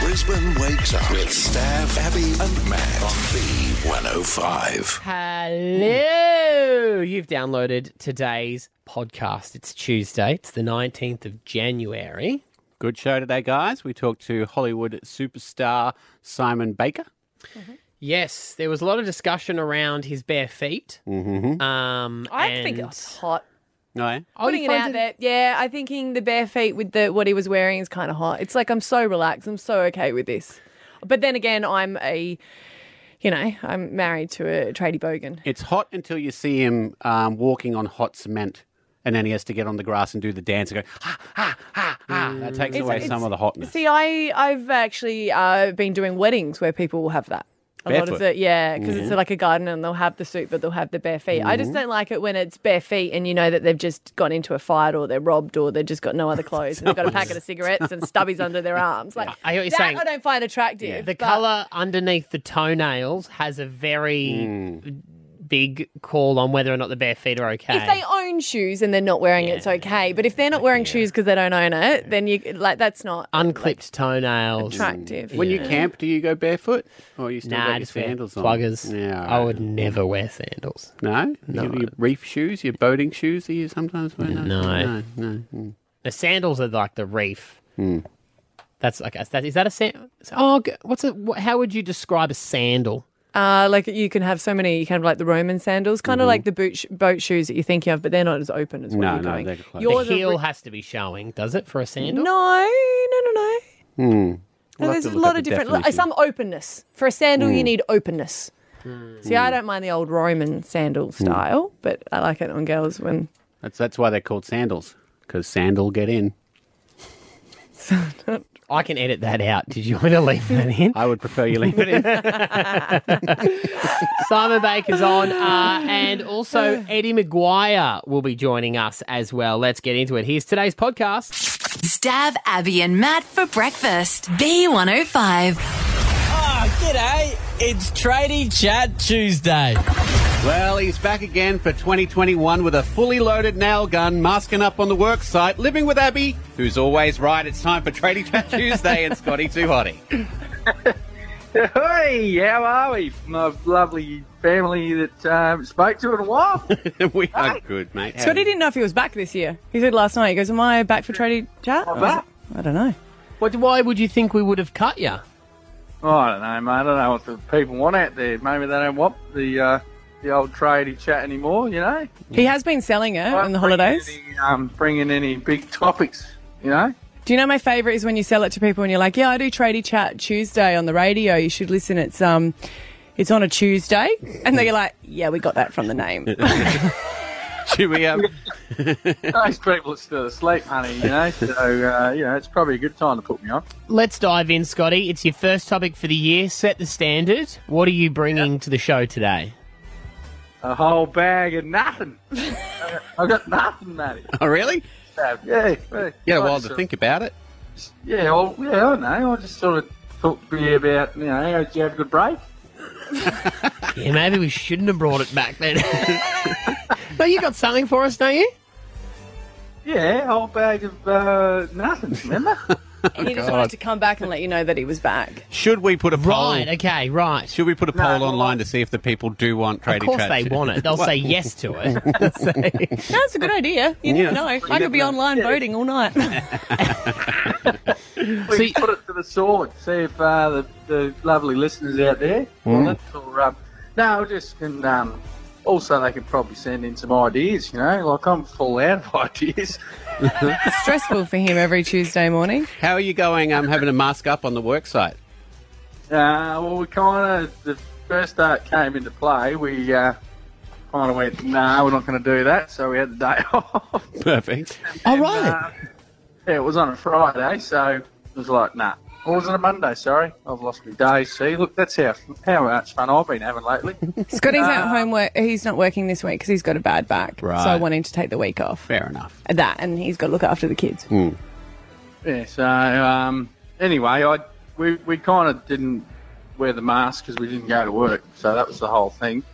Brisbane wakes up with Stav, Abby, and Matt on B105. Hello! You've downloaded today's podcast. It's Tuesday, it's the 19th of January. Good show today, guys. We talked to Hollywood superstar Simon Baker. Yes, there was a lot of discussion around his bare feet. Mm-hmm. Um, I and... think it's hot. No, eh? Oh, you Putting it out find there, yeah. I thinking the bare feet with the what he was wearing is kind of hot. It's like I'm so relaxed. I'm so okay with this. But then again, I'm a, you know, I'm married to a tradie bogan. it's hot until you see him um, walking on hot cement, and then he has to get on the grass and do the dance and go ha ha ha ha. That takes away some it's- of the hotness. See, I I've actually uh, been doing weddings where people will have that. A Barefoot. lot Mm-hmm. of it, yeah, because it's like a garden and they'll have the suit, but they'll have the bare feet. I just don't like it when it's bare feet and you know that they've just gone into a fight or they're robbed or they've just got no other clothes and they've got a packet of cigarettes and stubbies under their arms. Like I hear what you're that, saying. I don't find attractive. The but- colour underneath the toenails has a very Hmm. big call on whether or not the bare feet are okay. If they own shoes and they're not wearing it, it's okay. But if they're not wearing shoes because they don't own it, then you like that's not Unclipped toenails. attractive. when you camp, do you go barefoot, or you still got Nah, I your just wear sandals on? pluggers. Yeah, I would never wear sandals. No, no. Your, your reef shoes, your boating shoes that you sometimes wear. No, No. no, Hmm. no. The sandals are like the reef. That's like is that, is that a sand? Oh, g- what's a wh- how would you describe a sandal? Uh, like you can have so many. You can have like the Roman sandals, kind of like the boot sh- boat shoes that you're thinking of, but they're not as open as Mm-hmm. what No, you're no, going. they're closed. The Yours are heel re- has to be showing, does it, for a no, sandal? no, no, no. Hmm. We'll No, have there's to a look lot up of the different. definition. Some openness for a sandal. Mm. You need openness. Hmm. See, I don't mind the old Roman Mm. sandal style, but I like it on girls when That's that's why they're called sandals because sandal get in. I can edit that out. Did you want to leave that in? I would prefer you leave it in. Simon Baker's on, uh, and also Eddie McGuire will be joining us as well. Let's get into it. Here's today's podcast. Stab Abby and Matt for breakfast. B105. Uh, Oh, g'day. It's Tradie Chat Tuesday. Well, he's back again for 2021 with a fully loaded nail gun, masking up on the work site, living with Abby, who's always right. It's time for Trading Chat Tuesday and Scotty Too Hottie. Hey, how are we? My lovely family that um, spoke to in a while. we are good, mate. How- Scotty didn't know if he was back this year. He said last night. He goes, "Am I back for tradie chat?" I was back. like, I don't know. What, why would you think we would have cut you? oh, I don't know, mate. I don't know what the people want out there. Maybe they don't want the uh, the old tradie chat anymore. You know, He has been selling it on the Bringing holidays. any, um, bringing any big topics. You know, Do you know my favourite is when you sell it to people and you're like, "Yeah, I do tradie chat Tuesday on the radio. You should listen. It's um, it's on a Tuesday." And they're like, "Yeah, we got that from the name." Should we, um, those people are still asleep, honey. You know, so uh, you know, it's probably a good time to put me on. Let's dive in, Scotty. It's your first topic for the year. Set the standard. What are you bringing to the show today? A whole bag of nothing. I got nothing, matey. oh, really? Yeah, yeah. You You had a while to think about it. Yeah, well, yeah, I know. I just sort of talked to you about, you know, did you have a good break? Yeah, maybe we shouldn't have brought it back then. no, you got something for us, don't you? Yeah, whole bag of uh, nothing, remember? Oh, he just wanted to come back and let you know that he was back. Should we put a poll? Right. Okay. Right. Should we put a poll well, online to see if the people do want Of Trading course Chat? they want it. They'll say yes to it. That's a good idea. You never Yeah. never know. know. You I could be online voting all night. we See- put it to the sword, see if uh, the, the lovely listeners out there Mm. want it. Or, um, no, just, and um, also they could probably send in some ideas, you know, like I'm full out of ideas. Stressful for him every Tuesday morning. How are you going um, having a mask up on the work site? Uh, well, we kind of, the first day it came into play, we uh, kind of went, no, we're not going to do that, so we had the day off. Perfect. All Oh, right. Uh, yeah, it was on a Friday, so it was like, nah. Or was it a Monday? Sorry, I've lost my day. See, look, that's how how much fun I've been having lately. Scotty's at home. Work- he's not working this week because he's got a bad back. Ah. Right. So I want him to take the week off. Fair enough. Hmm. That, and he's got to look after the kids. yeah. So um, anyway, I we, we kind of didn't wear the mask because we didn't go to work, so that was the whole thing.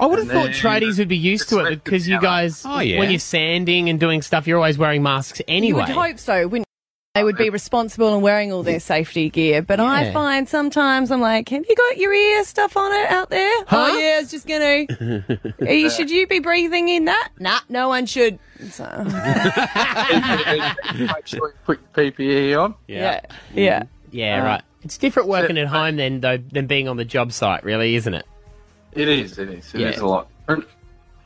I would have And thought then- tradies would be used to it Expected because you colour. guys, Oh, yeah. when you're sanding and doing stuff, you're always wearing masks You anyway. would hope so, wouldn't They would be responsible and wearing all their safety gear. But I Yeah. find sometimes I'm like, have you got your ear stuff on it out there? Huh? Oh, yeah, I was just going to. Uh, you, should you be breathing in that? Nah, no one should. So, Make sure you put your PPE on. yeah. Yeah. Uh, Yeah, right. It's different working at home than though than being on the job site, really, isn't it? It is, it is, it is Yeah. a lot. different.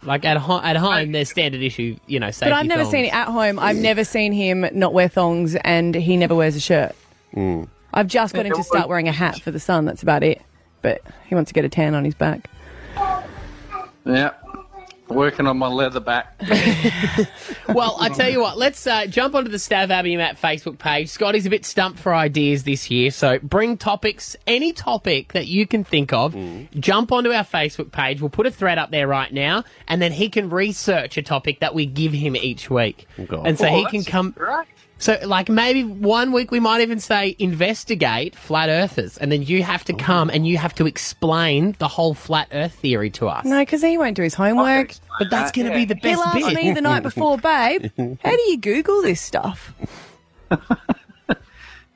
Like at ho- at home, there's standard issue, you know, safety. But I've never thongs. seen it at home. I've never seen him not wear thongs and he never wears a shirt. Hmm. I've just got him to start wearing a hat for the sun. That's about it. But he wants to get a tan on his back. Yeah. Working on my leather back. Well, I tell you what, let's uh, jump onto the Stav Abbey and Matt Facebook page. Scotty's a bit stumped for ideas this year, so bring topics, any topic that you can think of. Jump onto our Facebook page. We'll put a thread up there right now, and then he can research a topic that we give him each week, God. and so Oh, he can that's come. Right. So, like, maybe one week we might even say investigate flat earthers, and then you have to come and you have to explain the whole flat earth theory to us. No, because he won't do his homework. But that's going to be the He best asked bit. me the night before, babe, how do you Google this stuff?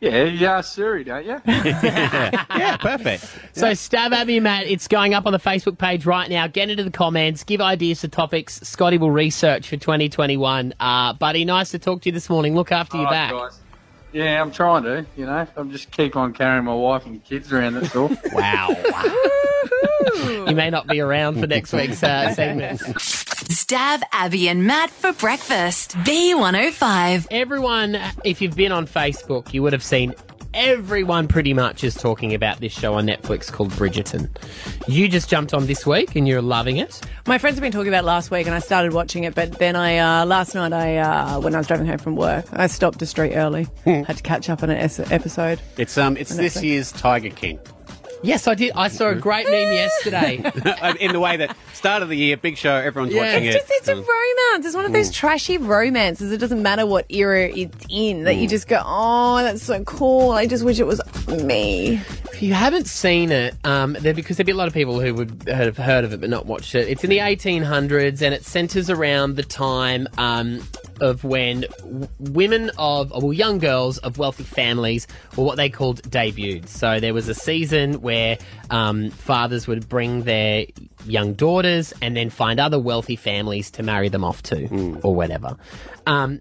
Yeah, you are Siri, don't you? Yeah, perfect. So stab at me, Matt. It's going up on the Facebook page right now. Get into the comments. Give ideas for topics. Scotty will research for 2021. Uh, buddy, nice to talk to you this morning. Look after your All right, back. guys. Yeah, I'm trying to, you know. I'm just keep on carrying my wife and kids around, that's all. Wow. you may not be around for next week's uh, segment. Stab Abby and Matt for breakfast. B105. Everyone, if you've been on Facebook, you would have seen everyone pretty much is talking about this show on Netflix called Bridgerton. You just jumped on this week and you're loving it. My friends have been talking about it last week, and I started watching it, but then I uh, last night I uh, when I was driving home from work, I stopped a street early, had to catch up on an es- episode. It's um, it's this year's Tiger King. Yes, I did. I saw Mm-hmm. a great meme yesterday. Uh, in the way that start of the year, big show, everyone's Yeah. watching It's it. Um, just it's a romance. It's one of those trashy romances. It doesn't matter what era it's in that you just go, oh, that's so cool. I just wish it was me. If you haven't seen it, um, there because there'd be a lot of people who would have heard of it but not watched it. It's in the 1800s and it centres around the time um, of when w- women of, well, young girls of wealthy families were what they called debuts. So there was a season where um, fathers would bring their young daughters and then find other wealthy families to marry them off to or whatever. Um,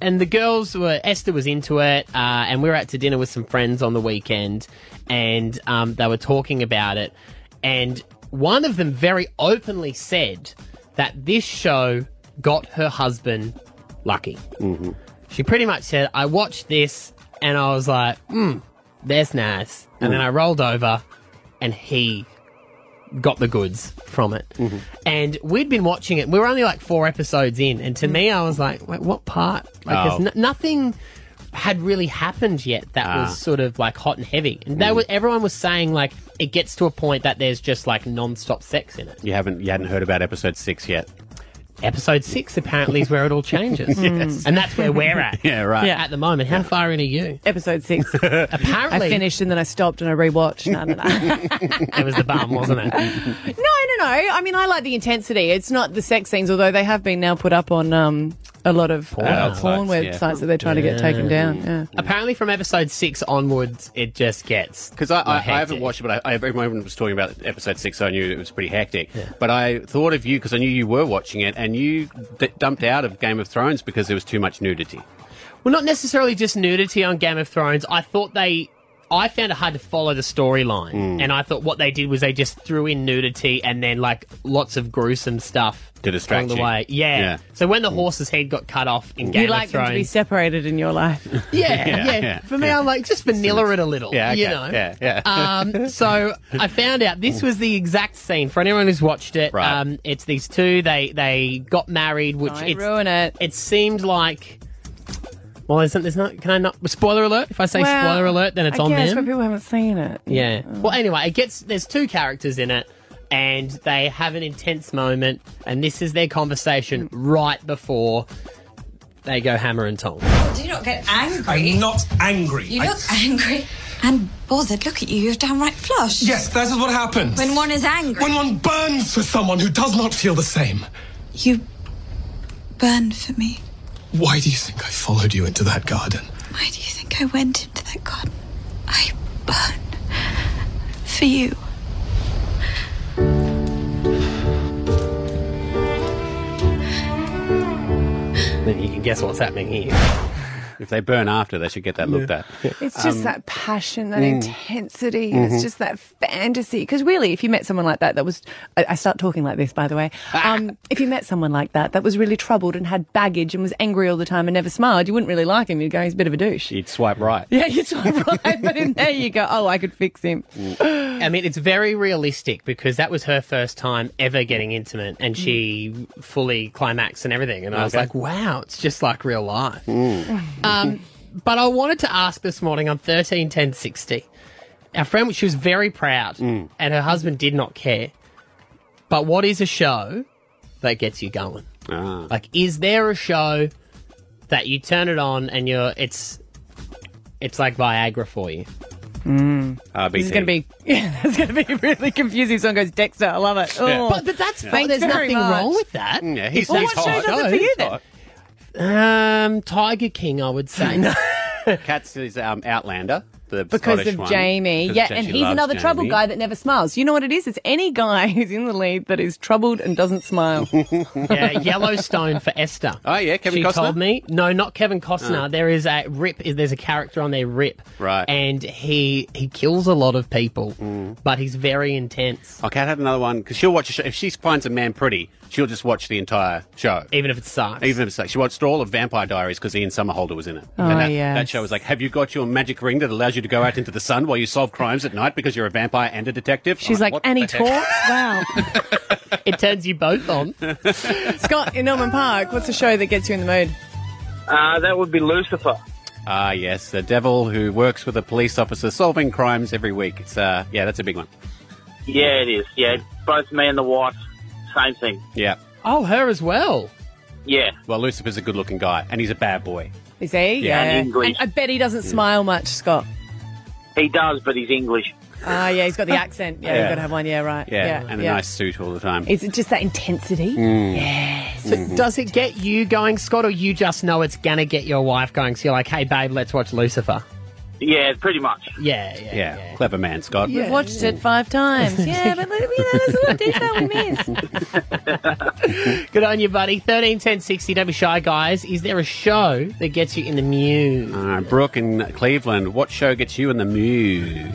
and the girls were Esther was into it, uh, and we were out to dinner with some friends on the weekend, and um, they were talking about it, and one of them very openly said that this show got her husband lucky. Mm-hmm. She pretty much said, "I watched this, and I was like, mm, that's nice," and then I rolled over, and he got the goods from it. Mm-hmm. And we'd been watching it. We were only like four episodes in, and to me, I was like, Wait, "What part?" Like, Oh. there's n- nothing had really happened yet that Ah. was sort of like hot and heavy. And Mm. they were, everyone was saying like it gets to a point that there's just like non-stop sex in it. You haven't you hadn't heard about episode six yet. Episode Mm. six apparently is where it all changes, and that's where we're at. Yeah, right. At the moment, how far in are you? Episode six. Apparently, I finished and then I stopped and I rewatched. No, no, no. it was the bum, wasn't it? No, no, no. I mean, I like the intensity. It's not the sex scenes, although they have been now put up on um, a lot of porn, uh, websites, porn yeah. websites that they're trying to get taken down. Yeah. Apparently, from episode six onwards, it just gets Because I, I, I hectic. haven't watched it, but I, I, everyone was talking about episode six, so I knew it was pretty hectic. But I thought of you because I knew you were watching it, and you d- dumped out of Game of Thrones because there was too much nudity. Well, not necessarily just nudity on Game of Thrones. I thought they. I found it hard to follow the storyline. Hmm. And I thought what they did was they just threw in nudity and then, like, lots of gruesome stuff To distract along the you. way. Yeah. Yeah. Hmm. So when the horse's head got cut off in Game You like of them to be Thrones. separated in your life. yeah, yeah, Yeah, yeah. For me, I'm like, just vanilla it a little. Yeah, okay. You know? yeah, yeah. um, so I found out this was the exact scene for anyone who's watched it. Right. Um, it's these two. They they got married, which Don't it's, ruin it. It seemed like. Well, isn't there's not? Can I not? Spoiler alert! If I say Well, spoiler alert, then it's I on guess, them. but people haven't seen it. Yeah. Well, anyway, it gets there's two characters in it, and they have an intense moment, and this is their conversation right before they go hammer and tongs. Do you not get angry? I'm not angry. You I- look angry and bothered. Look at you. You're downright flush. yes, that is what happens. When one is angry, When one burns for someone who does not feel the same. you burn for me. Why do you think I followed you into that garden? Why do you think I went into that garden? I burned for you. Then you can guess what's happening here. If they burn after, they should get that looked at. It's just Um, that passion, that mm. intensity. Mhm. It's just that fantasy. Because really, if you met someone like that, that was. I, I start talking like this, by the way. Um, if you met someone like that, that was really troubled and had baggage and was angry all the time and never smiled, you wouldn't really like him. You'd go, he's a bit of a douche. You'd swipe right. Yeah, you're so right. but in there you go, oh, I could fix him. I mean, it's very realistic because that was her first time ever getting intimate and she fully climaxed and everything. And I was Okay. like, wow, it's just like real life. Um, but I wanted to ask this morning on 13 10 60. Our friend, she was very proud and her husband did not care. But what is a show that gets you going? ah. Like, is there a show that you turn it on and you're, it's, it's like Viagra for you? Mm. RBT. This is going to be yeah, it's going to be really confusing. Someone goes Dexter, I love it. Yeah. Oh. But- but that's fine. Thanks There's very nothing much. wrong with that. Yeah, he's- well, he's what show hot. does it for you then? then? Um, Tiger King, I would say. No. Cats is um, Outlander. The Because Scottish of one. Jamie. 'Cause Yeah, she and he's loves another trouble Jamie. guy that never smiles. You know what it is? It's any guy who's in the lead that is troubled and doesn't smile. yeah, Yellowstone for Esther. Oh yeah, Kevin she Costner? told me. No, not Kevin Costner. Oh. There is a Rip. is- There's a character on there, Rip. Right. And he he kills a lot of people, Mm. but he's very intense. Oh, Kat had another one because she'll watch a show. If she finds a man pretty, she'll just watch the entire show, even if it sucks. Even if it sucks, she watched all of Vampire Diaries because Ian Somerhalder was in it. Oh, and that, yes. that show was like, "Have you got your magic ring that allows you to go out into the sun while you solve crimes at night because you're a vampire and a detective?" She's I'm like, "What and he the heck?" talks? Wow. it turns you both on. Scott, in Norman Park, what's the show that gets you in the mood? Uh, that would be Lucifer. Ah, yes, the devil who works with a police officer solving crimes every week. It's uh, yeah, that's a big one. Yeah, it is. Yeah, both me and the wife, same thing. Yeah. Oh, her as well. Yeah. Well, Lucifer's a good-looking guy, and he's a bad boy. Is he? Yeah, and English. And I bet he doesn't smile much, Scott. He does, but he's English. Ah, yeah, he's got the accent. Yeah, Yeah. you've got to have one. Yeah, right. Yeah, and a nice suit all the time. Is it just that intensity? Mm. Yes. So does it get you going, Scott, or you just know it's gonna get your wife going? So you're like, hey, babe, let's watch Lucifer. Yeah, pretty much. Yeah, yeah, Clever man, Scott. We've watched it five times. Yeah, but let me know that's what detail we missed. Good on you, buddy. 13, 10, 60. Don't be shy, guys. Is there a show that gets you in the muse? Uh, Brooke in Cleveland, what show gets you in the mood?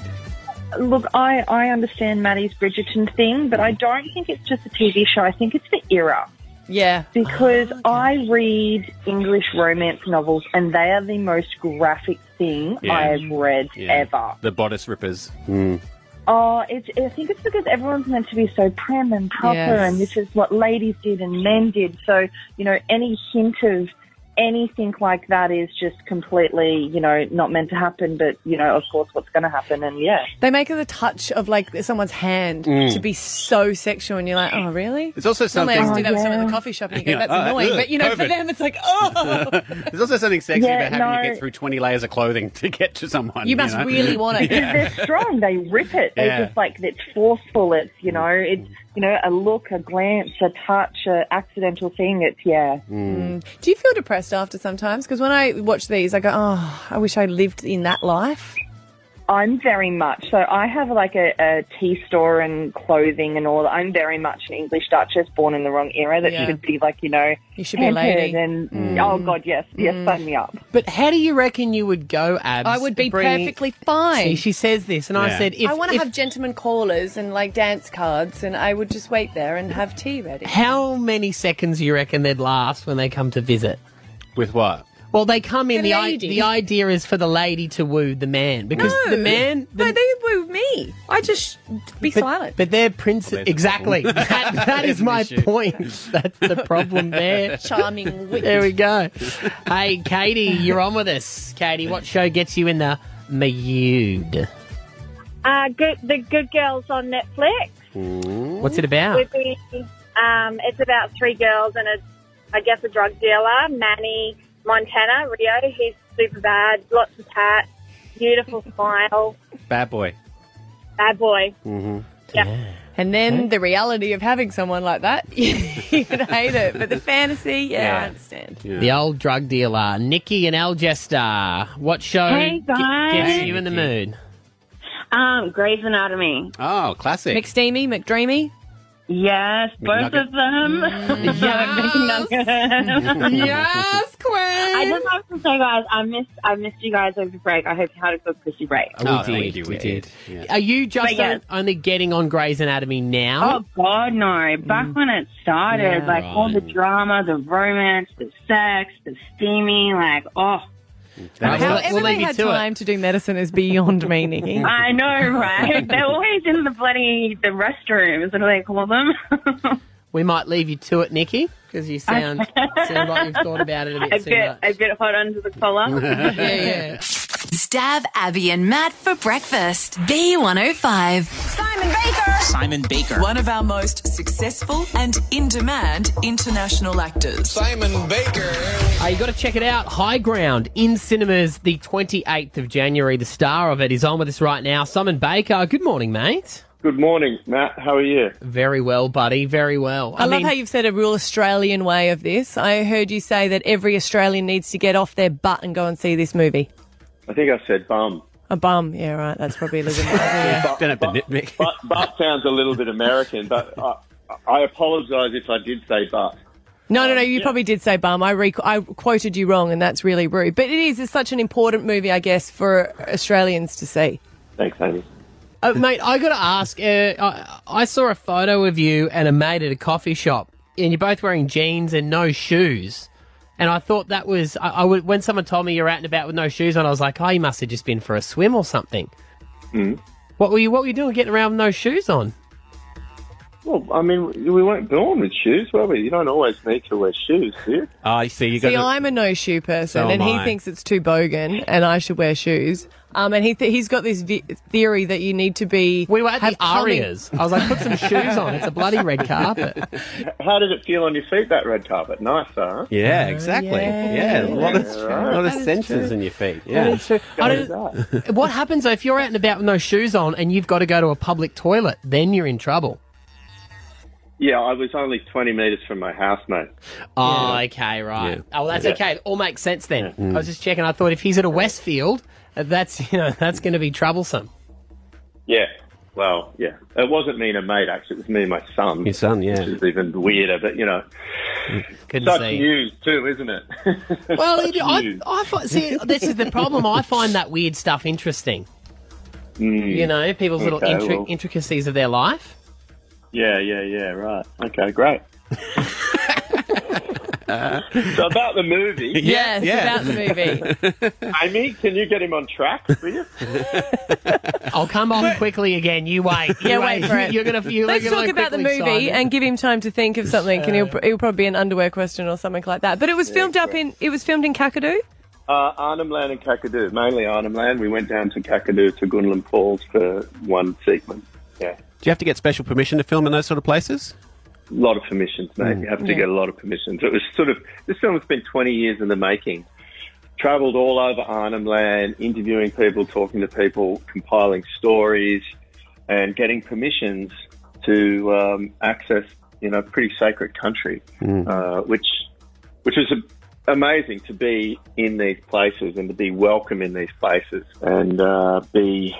Look, I, I understand Maddie's Bridgerton thing, but I don't think it's just a TV show. I think it's the era. Yeah. Oh, Because I read English romance novels and they are the most graphic thing Yeah. I have read Yeah. ever. The Bodice Rippers. Mm. Oh, it's, I think it's because everyone's meant to be so prim and proper, Yes. and this is what ladies did and men did. So, you know, any hint of anything like that is just completely, you know, not meant to happen, but, you know, of course, what's going to happen, and yeah. They make the touch of like someone's hand Mm. to be so sexual, and you're like, oh, really? It's also Normally something- I just do that with someone in Yeah. the coffee shop, and you go, Yeah, that's oh, that- annoying. ugh, but you know, for COVID. them, it's like, oh. There's also something sexy Yeah, about having to no. get through 20 layers of clothing to get to someone. You must know? really want Because they're strong. They rip it. They Yeah. just like it's forceful. It's you know, it's you know, a look, a glance, a touch, a accidental thing. It's yeah. hmm. Mm. Do you feel depressed after sometimes? Because when I watch these, I go, oh, I wish I lived in that life. I'm very much so. I have like a, a tea store and clothing and all. that. I'm very much an English Duchess, born in the wrong era. That Yeah. should be like you know, You should be a pampered lady. And oh god, yes, yes, Mm. sign me up. But how do you reckon you would go, Abs? I would be bringing- perfectly fine. See, she says this, and I Yeah. said, if, I want to if- have gentlemen callers and like dance cards, and I would just wait there and have tea ready. how many seconds do you reckon they'd last when they come to visit? With what? Well, they come in. The The, i- lady. the idea is for the lady to woo the man because no, the man. no, they woo me. I just be but, silent. But they're princes. Exactly. That, that is my point. That's the problem there. Charming witch. There we go. Hey, Katie, you're on with us. Katie, what show gets you in the mood? Uh, good, the Good Girls on Netflix. What's it about? Would be, um, it's about three girls and a, I guess, a drug dealer, Manny Montana Rio. He's super bad, lots of tat, beautiful smile, Bad boy. bad boy. Mm-hmm. And then the reality of having someone like that, you could hate it. But the fantasy, yeah, Yeah. I understand. The old drug dealer, Nikki and Algester. What show Hey, ge- gets guys. you in the mood? Um, Grey's Anatomy. Oh, classic. McSteamy, McDreamy. Mm. Yes, both McNugget. of them. yes, Yes, Queen. I just have to say, guys, I missed I missed you guys over break. I hope you had a good pussy break. Oh, we did, we did. Are you just But yes. on- only getting on Grey's Anatomy now? Oh God, no! Back Mm. when it started, Yeah. like all the drama, the romance, the sex, the steamy, like oh, Right, we'll- However we'll they leave you had to it. time to do medicine is beyond me, Nikki. I know, right? They're always in the bloody the restrooms, what do they call them? We might leave you to it, Nikki, because you sound sound like you've thought about it a bit I too get much. I get hot under the collar. Stab Abby and Matt for breakfast. B105. Simon Baker. Simon Baker. One of our most successful and in demand international actors. Simon Baker. Uh, you got to check it out. High Ground in cinemas the 28th of January. The star of it is on with us right now. Simon Baker. Good morning, mate. Good morning, Matt. How are you? Very well, buddy. Very well. I, love how you've said a real Australian way of this. I heard you say that every Australian needs to get off their butt and go and see this movie. I think I said bum. A bum, yeah, right. That's probably a little bit. Don't have to nitpick. But, but sounds a little bit American, but I, I apologise if I did say but. No, no, no. You probably did say bum. I re- I quoted you wrong, and that's really rude. But it is. It's such an important movie, I guess, for Australians to see. Thanks, Amy. Uh, mate, I got to ask. Uh, I, I saw a photo of you and a mate at a coffee shop, and you're both wearing jeans and no shoes. And I thought that was. I, I would, when someone told me you're out and about with no shoes on, I was like, oh, you must have just been for a swim or something. Mm. What were you? What were you doing getting around with no shoes on? Well, I mean, we weren't born with shoes, were we? You don't always need to wear shoes, do you? I see. Ah, You See, I'm a no shoe person, So and am he I. thinks it's too bogan, and I should wear shoes. Um, and he th- he's got this vi- theory that you need to be. We were at the Arias. I was like, put some shoes on. It's a bloody red carpet. How did it feel on your feet, that red carpet? Nice, huh? Yeah, exactly. Yeah, a lot of, Yeah, a right. lot of That is sensors true. in your feet. That Yeah. is true. I don't- what happens though, if you're out and about with no shoes on and you've got to go to a public toilet? Then you're in trouble. Yeah, I was only 20 metres from my house, mate. Oh, okay, right. Oh, well, that's Yeah. okay. It all makes sense then. Mm. I was just checking. I thought if he's at a Westfield, uh, that's you know that's going to be troublesome. Yeah. Well, yeah. It wasn't me and a mate, actually. It was me and my son. Your son, yeah. Which is even weirder, but, you know. Couldn't Such see. news, too, isn't it? Well, Such it, I, news. I fi- see this is the problem. I find that weird stuff interesting. Mm. You know, people's little Okay, intri- well, intricacies of their life. yeah, yeah, yeah, right. Okay, great. so about the movie. Yes, Yeah. about the movie. Amy, can you get him on track, will you? I'll come on quickly again. You wait. You Yeah, wait for it. You're gonna. You're Let's gonna talk about the quickly movie sign. and give him time to think of something, and he'll, he'll probably be an underwear question or something like that. But it was filmed up in. It was filmed in Kakadu. Uh, Arnhem Land and Kakadu, mainly Arnhem Land. We went down to Kakadu to Gunland Falls for one sequence. Yeah. Do you have to get special permission to film in those sort of places? A lot of permissions, mate. You have to Yeah. get a lot of permissions. It was sort of, this film has been 20 years in the making. Travelled all over Arnhem Land, interviewing people, talking to people, compiling stories, and getting permissions to um, access, you know, pretty sacred country, uh, which, which is a, amazing to be in these places and to be welcome in these places and uh, be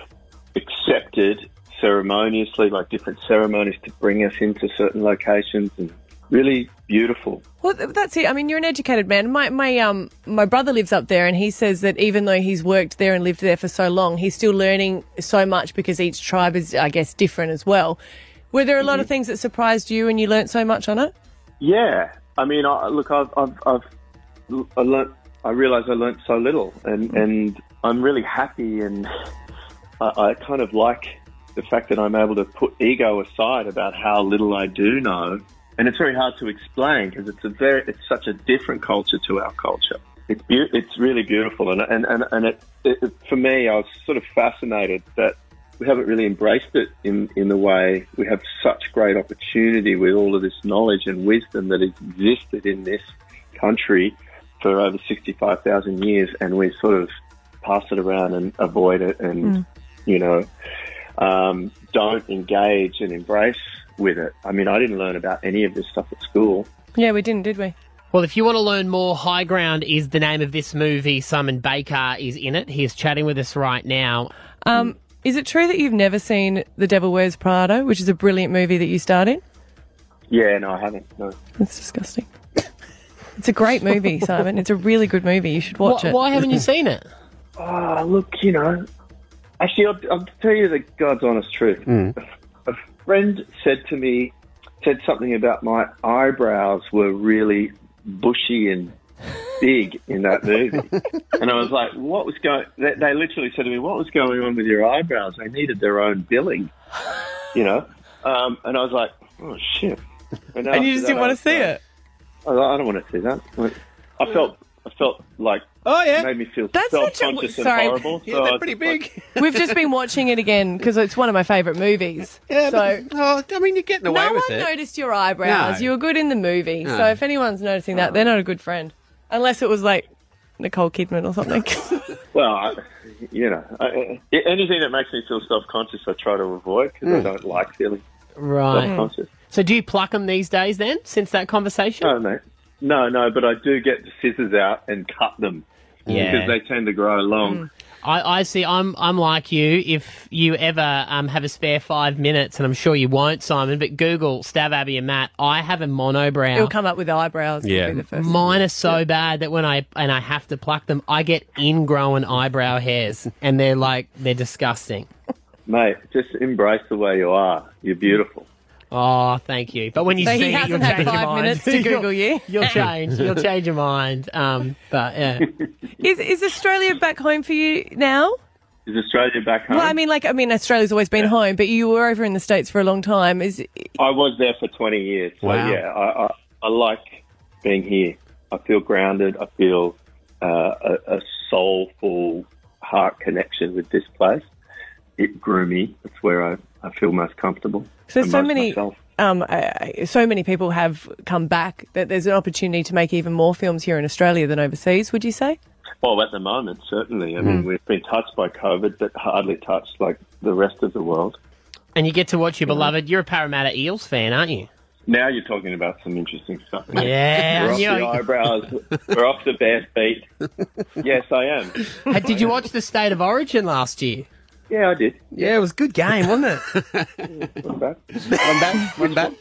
accepted ceremoniously, like different ceremonies to bring us into certain locations and really beautiful. Well, th- that's it. I mean, you're an educated man. My my um my brother lives up there, and he says that even though he's worked there and lived there for so long, he's still learning so much because each tribe is, I guess, different as well. Were there a lot of things that surprised you, and you learnt so much on it? Yeah, I mean, I, look, I've, I've, I've I learnt, I realised I learnt so little, and and I'm really happy, and I, I kind of like the fact that I'm able to put ego aside about how little I do know, and it's very hard to explain because it's a very, it's such a different culture to our culture. It's beau- it's really beautiful, and and and, and it, it, for me, I was sort of fascinated that we haven't really embraced it in, in the way we have such great opportunity with all of this knowledge and wisdom that has existed in this country for over 65,000 years and we sort of pass it around and avoid it and, Mm. you know, um, don't engage and embrace with it. I mean, I didn't learn about any of this stuff at school. Yeah, we didn't, did we? Well, if you want to learn more, High Ground is the name of this movie. Simon Baker is in it. He is chatting with us right now. Um, is it true that you've never seen The Devil Wears Prada, which is a brilliant movie that you starred in? Yeah, no, I haven't. No. That's disgusting. It's a great movie, Simon. It's a really good movie. You should watch Why- it. why haven't you seen it? Oh, look, you know. Actually, I'll, I'll tell you the God's honest truth. Hmm. A friend said to me, said something about my eyebrows were really bushy and big in that movie. and I was like, what was going they, they literally said to me, what was going on with your eyebrows? They needed their own billing, you know? Um, and I was like, oh, shit. And you just didn't want to see it. it. I, I don't want to see that. Like, I felt, I felt like, Oh, yeah. it made me feel That's not true. self-conscious and Sorry. horrible. Yeah, so they're I was pretty just like, We've just been watching it again because it's one of my favourite movies. Yeah, so. but, oh, I mean, you're getting away no with one it. noticed your eyebrows. No. You were good in the movie. No. So if anyone's noticing that, they're not a good friend. Unless it was like Nicole Kidman or something. Well, I, you know, I, I, anything that makes me feel self-conscious, I try to avoid because I Mm. don't like feeling Right. self-conscious. So do you pluck them these days then, since that conversation? No, mate. No, no, but I do get the scissors out and cut them Yeah. because they tend to grow Hmm. long. I, I see. I'm I'm like you. If you ever um, have a spare five minutes, and I'm sure you won't, Simon, but Google Stab Abby and Matt. I have a monobrow. It'll come up with eyebrows. It'll be the first thing. Mine are so bad that when I and I have to pluck them, I get ingrown eyebrow hairs, and they're like they're disgusting. Mate, just embrace the way you are. You're beautiful. Oh, thank you. But when you So he see it, hasn't you'll had change five your mind. minutes to Google you. You'll, you'll change. You'll change your mind. Um, but yeah, Is, is Australia back home for you now? Is Australia back home? Well, I mean, like, I mean, Australia's always been home, but you were over in the States for a long time. Is I was there for 20 years. So, Wow. yeah, I, I, I like being here. I feel grounded. I feel uh, a, a soulful heart connection with this place. It grew me. It's where I, I feel most comfortable. So there's so amongst many, myself. um, I, I- so many people have come back that there's an opportunity to make even more films here in Australia than overseas. Would you say? Well, at the moment, certainly. I Hmm. mean, we've been touched by COVID, but hardly touched like the rest of the world. and you get to watch your beloved. You're a Parramatta Eels fan, aren't you? Now you're talking about some interesting stuff. mate. Yeah, we're off yeah. the eyebrows. we're off the bare feet. Yes, I am. Hey, did you watch the State of Origin last year? Yeah, I did. Yeah, it was a good game, wasn't it? One back. One back. One back.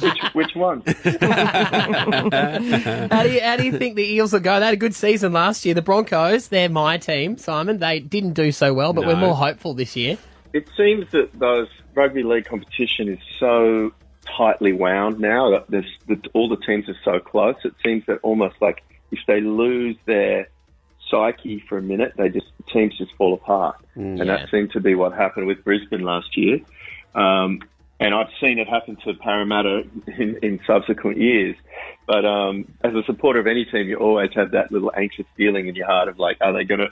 Which, which one? how do you how do you think the Eels will go? They had a good season last year. The Broncos, they're my team, Simon. They didn't do so well, but we're No. more hopeful this year. It seems that those rugby league competition is so tightly wound now that this, that all the teams are so close. It seems that almost like if they lose their psyche for a minute, they just teams just fall apart, and yeah. that seemed to be what happened with Brisbane last year. Um, and I've seen it happen to Parramatta in, in subsequent years. But um, as a supporter of any team, you always have that little anxious feeling in your heart of like, are they going to,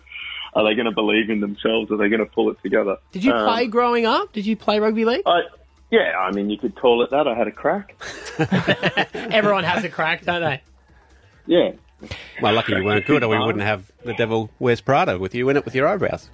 are they going to believe in themselves? Are they going to pull it together? Did you Um, play growing up? Did you play rugby league? I, yeah, I mean, you could call it that. I had a crack. Everyone has a crack, don't they? Yeah. Well, lucky you weren't good, or we wouldn't have the devil wears Prada with you in it with your eyebrows.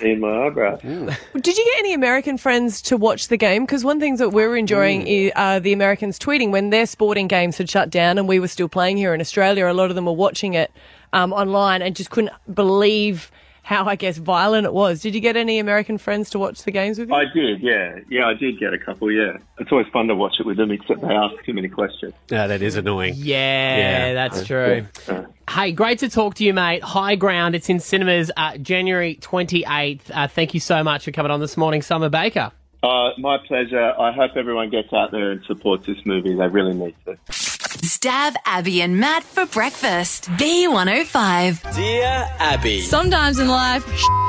In my eyebrows. Did you get any American friends to watch the game? Because one thing that we're enjoying i are the Americans tweeting when their sporting games had shut down and we were still playing here in Australia. A lot of them were watching it um, online and just couldn't believe how, I guess, violent it was. Did you get any American friends to watch the games with you? I did, yeah, yeah, I did get a couple. Yeah, it's always fun to watch it with them, except they ask too many questions. Yeah, that is annoying. Yeah, Yeah. that's true. Hey, great to talk to you, mate. High Ground. It's in cinemas uh, January 28th. Uh, thank you so much for coming on this morning, Summer Baker. Uh, my pleasure. I hope everyone gets out there and supports this movie. They really need to. Stab Abby and Matt for breakfast. B105. Dear Abby. Sometimes in life,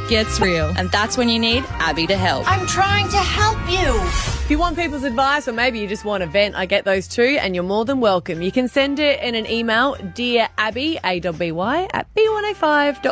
gets real, and that's when you need Abby to help. I'm trying to help you. If you want people's advice, or maybe you just want a vent, I get those too, and you're more than welcome. You can send it in an email, dear Abby, A-W-B-Y, at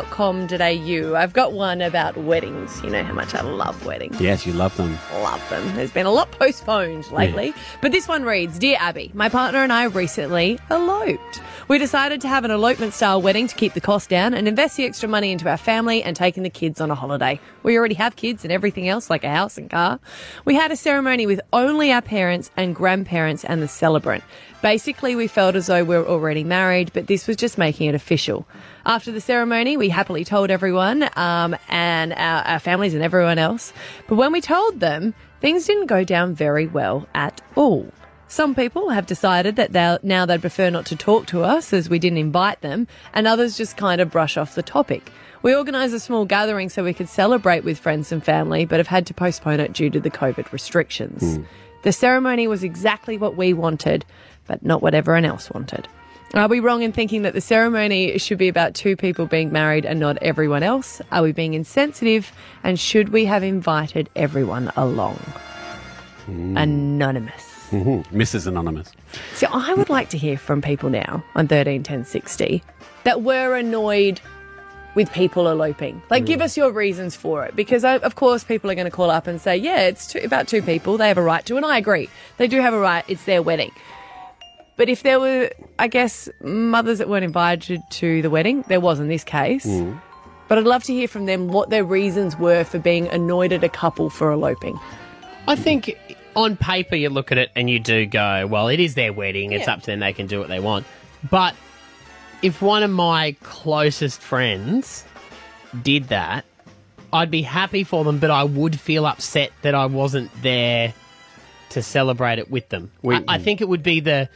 b105.com.au. I've got one about weddings. You know how much I love weddings. Yes, you love them. Love them. There's been a lot postponed lately. But this one reads Dear Abby, my partner and I recently eloped. We decided to have an elopement style wedding to keep the cost down and invest the extra money into our family and taking the kids on a holiday. We already have kids and everything else, like a house and car. We had a ceremony with only our parents and grandparents and the celebrant. Basically, we felt as though we were already married, but this was just making it official. After the ceremony, we happily told everyone um, and our, our families and everyone else. But when we told them, things didn't go down very well at all. Some people have decided that they'll- now they'd prefer not to talk to us as we didn't invite them, and others just kind of brush off the topic. We organised a small gathering so we could celebrate with friends and family, but have had to postpone it due to the COVID restrictions. The ceremony was exactly what we wanted, but not what everyone else wanted. Are we wrong in thinking that the ceremony should be about two people being married and not everyone else? Are we being insensitive? And should we have invited everyone along? Anonymous. Mhm. Mrs. Mm. Anonymous. See, I would like to hear from people now on 13 10 60 that were annoyed with people eloping. Like, Mm. give us your reasons for it. Because, I, of course, people are going to call up and say, yeah, it's two, about two people. They have a right to, and I agree. They do have a right. It's their wedding. But if there were, I guess, mothers that weren't invited to the wedding, there was in this case. Mm. Hmm. But I'd love to hear from them what their reasons were for being annoyed at a couple for eloping. I think on paper you look at it and you do go, well, it is their wedding. It's Yeah. up to them. They can do what they want. But if one of my closest friends did that, I'd be happy for them, but I would feel upset that I wasn't there to celebrate it with them. I, I think it would be the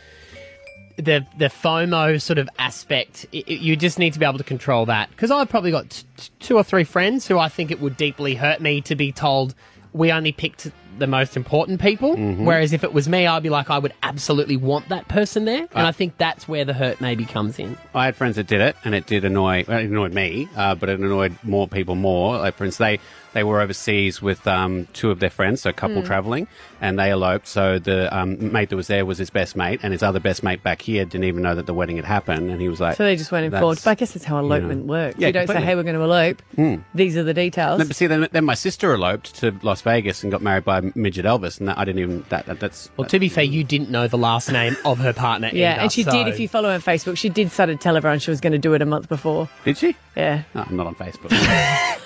the the FOMO sort of aspect. I- I- you just need to be able to control that because I've probably got t- t- two or three friends who I think it would deeply hurt me to be told we only picked the most important people. Mm-hmm. Whereas if it was me, I'd be like, I would absolutely want that person there, and I think that's where the hurt maybe comes in. I had friends that did it, and it did annoy. Well, it annoyed me, uh, but it annoyed more people more. Like, for instance, they they were overseas with um, two of their friends, so a couple Mm. traveling, and they eloped. So the um, mate that was there was his best mate, and his other best mate back here didn't even know that the wedding had happened, and he was like, So they just weren't that's- informed. But I guess that's how elopement works. Yeah, you don't completely. say, hey, we're going to elope. Hmm. These are the details. No, but see, then, then my sister eloped to Las Vegas and got married by midget Elvis, and that, I didn't even that, that that's Well, to be fair, you didn't know the last name of her partner. yeah, either, and she so- did. If you follow her on Facebook, she did sort of tell everyone she was going to do it a month before. Did she? Yeah. No, I'm not on Facebook.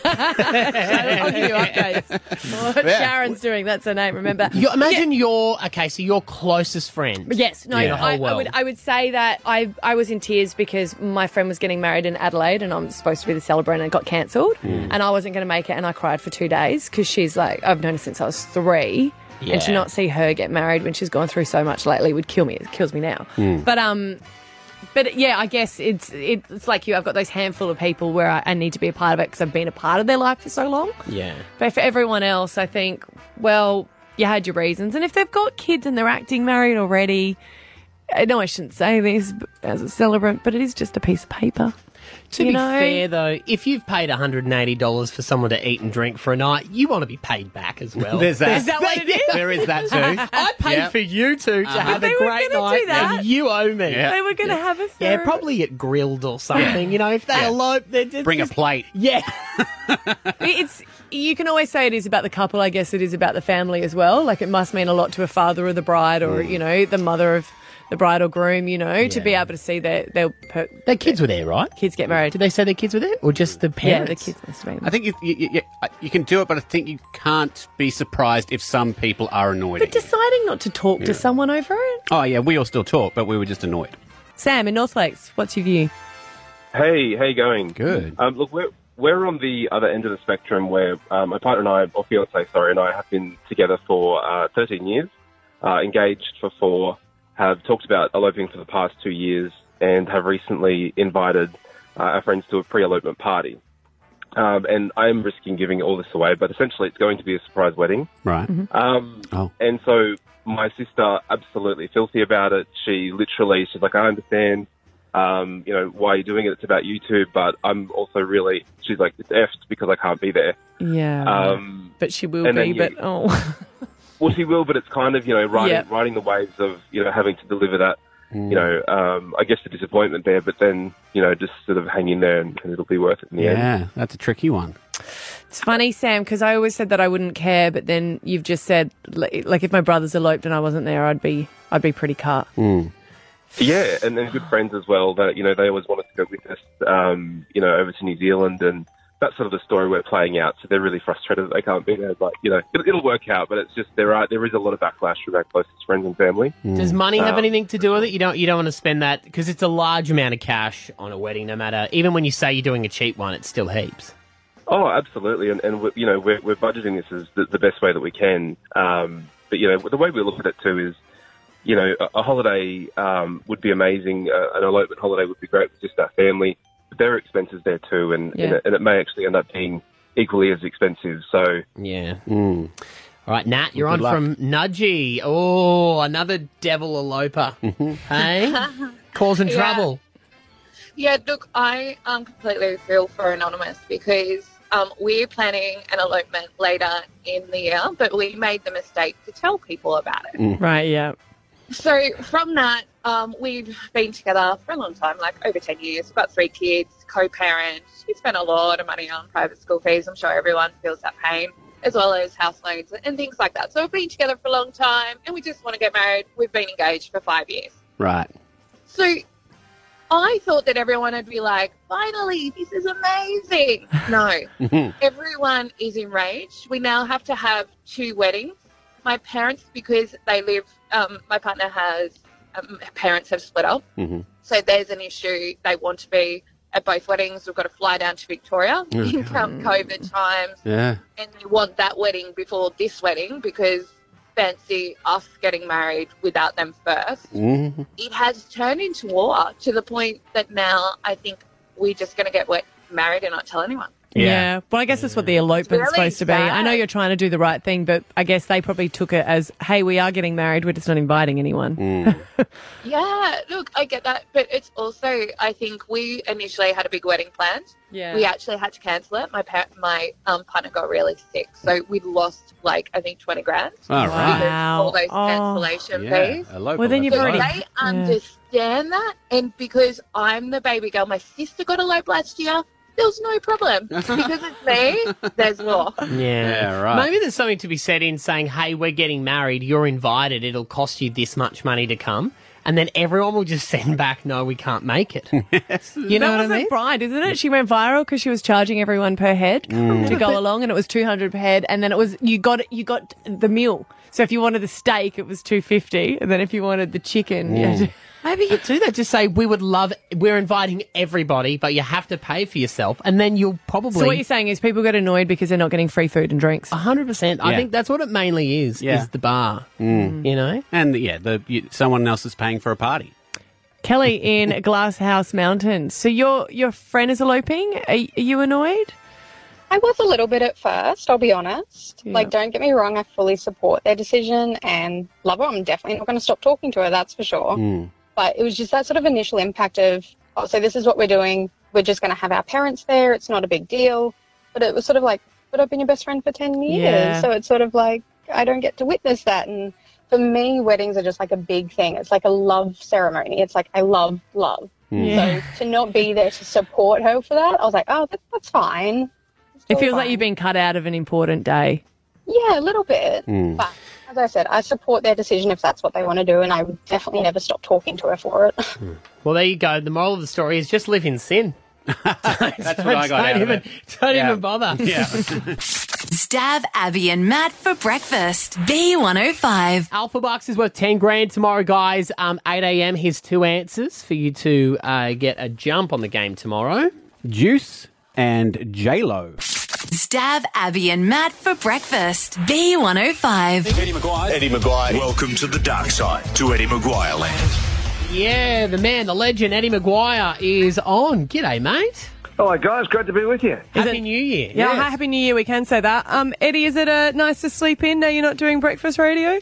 I'll give you updates. What Yeah. Sharon's doing, that's her name, remember? You- imagine your okay, so your closest friend. Yes, no, in the I, whole I world. would. I would say that I I was in tears because my friend was getting married in Adelaide, and I'm supposed to be the celebrant, and it got cancelled, Mm. and I wasn't going to make it, and I cried for two days because she's like I've known her since I was three, and to Yeah. not see her get married when she's gone through so much lately would kill me. It kills me now. Mm. But um. But yeah, I guess it's it, it's like you. I've got those handful of people where I, I need to be a part of it because I've been a part of their life for so long. Yeah. But for everyone else, I think, well, you had your reasons. And if they've got kids and they're acting married already, I know I shouldn't say this b- as a celebrant, but it is just a piece of paper. To you be know? fair, though, if you've paid $180 for someone to eat and drink for a night, you want to be paid back as well. There's that. Is that what it is? There is that too. I paid Yep. for you two to Uh-huh. have They a were great gonna night, do that. and you owe me. Yeah. They were gonna have a Yeah, probably at grilled or something. You know, if they Yeah. elope, they're just Bring a plate. Yeah. it's you can always say it is about the couple. I guess it is about the family as well. Like it must mean a lot to a father of the bride, or Mm. you know, the mother of the bride or groom. You know, to be able to see their their per- their kids were there, right? Kids get married. Did they say their kids were there, or just the Yeah, the parents? kids must have been. I think you, you, you, you can do it, but I think you can't be surprised if some people are annoyed. But deciding not to talk Yeah. to someone over it. oh yeah, we all still talk, but we were just annoyed. Sam in North Lakes, what's your view? Hey, how you going? Good. Um, look, we're we're on the other end of the spectrum where um, my partner and I, or fiance, sorry, and I have been together for uh, 13 years, uh, engaged for four, have talked about eloping for the past two years, and have recently invited uh, our friends to a pre-elopement party. Um, and I am risking giving all this away, but essentially it's going to be a surprise wedding. Right. Mm-hmm. Oh, Um, And so my sister, absolutely filthy about it. She literally, she's like, I understand, um, you know, why you're doing it. It's about you two, but I'm also really, she's like, it's effed because I can't be there. Yeah. Um, but she will and then be, you- but oh. Well, she will, but it's kind of you know riding Yep. riding the waves of you know having to deliver that. You know, um, I guess the disappointment there, but then you know just sort of hang in there and, and it'll be worth it in the end. Yeah, that's a tricky one. It's funny, Sam, because I always said that I wouldn't care, but then you've just said li- like if my brothers eloped and I wasn't there, I'd be I'd be pretty cut. Mm. Yeah, and then good friends as well. That you know they always wanted to go with us, um, you know, over to New Zealand, and that's sort of the story we're playing out. So they're really frustrated that they can't be there. Like you know, it, it'll work out, but it's just there are there is a lot of backlash from our closest friends and family. Does money have Uh-huh. Um, anything to do with it? You don't. You don't want to spend that because it's a large amount of cash on a wedding. No matter, even when you say you're doing a cheap one, it's still heaps. Oh, absolutely, and and we, you know we're, we're budgeting this as the, the best way that we can. Um, but you know the way we look at it too is, you know, a, a holiday um, would be amazing. Uh, an elopement holiday would be great with just our family. But there are expenses there too, and Yeah. and, it, and it may actually end up being equally as expensive. So yeah, All right, Nat, you're Hmm. Well, on good luck. from Nudgy. Oh, another devil eloper. Mm-hmm. hey, causing Yeah. trouble. Yeah, look, I um, completely feel for Anonymous because um, we're planning an elopement later in the year, but we made the mistake to tell people about it. Mm. Right? Yeah. So from that, um, we've been together for a long time, like over 10 years. We've got three kids, co-parent. We spent a lot of money on private school fees. I'm sure everyone feels that pain, as well as house loans and things like that. So we've been together for a long time and we just want to get married. We've been engaged for five years. Right. So I thought that everyone would be like, finally, this is amazing. No. Everyone is enraged. We now have to have two weddings. My parents, because they live, um, my partner has, um, parents have split up. Mm-hmm. So there's an issue. They want to be at both weddings. We've got to fly down to Victoria Mm. in come COVID times. Yeah. And they want that wedding before this wedding because fancy us getting married without them first Mm-hmm. it has turned into war to the point that now I think we're just going to get wet, married and not tell anyone. Yeah. But I guess that's what the really elopement's supposed to be. I know you're trying to do the right thing, but I guess they probably took it as, hey, we are getting married, we're just not inviting anyone. Yeah, look, I get that. But it's also, I think we initially had a big wedding planned. Yeah. We actually had to cancel it. My par- my um, partner got really sick. So we lost, like, I think 20 grand. All right. Wow. All those Oh. cancellation fees. Well, then you've so already. they understand that, and because I'm the baby girl, my sister got eloped last year. There was no problem because it's me. There's more. Yeah. yeah, right. Maybe there's something to be said in saying, "Hey, we're getting married. You're invited. It'll cost you this much money to come." And then everyone will just send back, "No, we can't make it." you know that what I was mean? a bride, isn't it? She went viral because she was charging everyone per head Mm. to go along, and it was two hundred per head, and then it was you got you got the meal. So if you wanted the steak, it was two fifty, and then if you wanted the chicken, you had to- Maybe you do that. Just say we would love. We're inviting everybody, but you have to pay for yourself, and then you'll probably. So what you're saying is people get annoyed because they're not getting free food and drinks. hundred percent. I Yeah. think that's what it mainly is. Is the bar? You know, Mm. and yeah, the you, someone else is paying for a party. Kelly in Glasshouse Mountains. So your your friend is eloping. Are, y- are you annoyed? I was a little bit at first, I'll be honest. Like, don't get me wrong, I fully support their decision and love her. I'm definitely not going to stop talking to her, that's for sure. Mm. Mm-hmm. But it was just that sort of initial impact of, oh, so this is what we're doing. We're just going to have our parents there. It's not a big deal. But it was sort of like, but I've been your best friend for 10 years. Yeah. So it's sort of like, I don't get to witness that. And for me, weddings are just like a big thing. It's like a love ceremony. It's like, I love love. Mm. Yeah. So to not be there to support her for that, I was like, oh, that, that's fine. It feels like you've been cut out of an important day. Yeah, a little bit. Mm. But as I said, I support their decision if that's what they want to do, and I would definitely never stop talking to her for it. Well, there you go. The moral of the story is just live in sin. That's what I got out of even- it. Don't even bother. Stab Abby and Matt for breakfast. B105. Alpha Bucks is worth 10 grand tomorrow, guys. Um, 8 a.m. Here's two answers for you to uh, get a jump on the game tomorrow. Juice and J Lo. Stab Abby and Matt for breakfast. B105. Eddie McGuire. Eddie McGuire. Welcome to the dark side, to Eddie McGuire land. Yeah, the man, the legend, Eddie Maguire is on. G'day, mate. Hello, guys. Great to be with you. Happy New Year. Yeah, happy new year. We can say that. Um, Eddie, is it uh, nice to sleep in now you're not doing breakfast radio?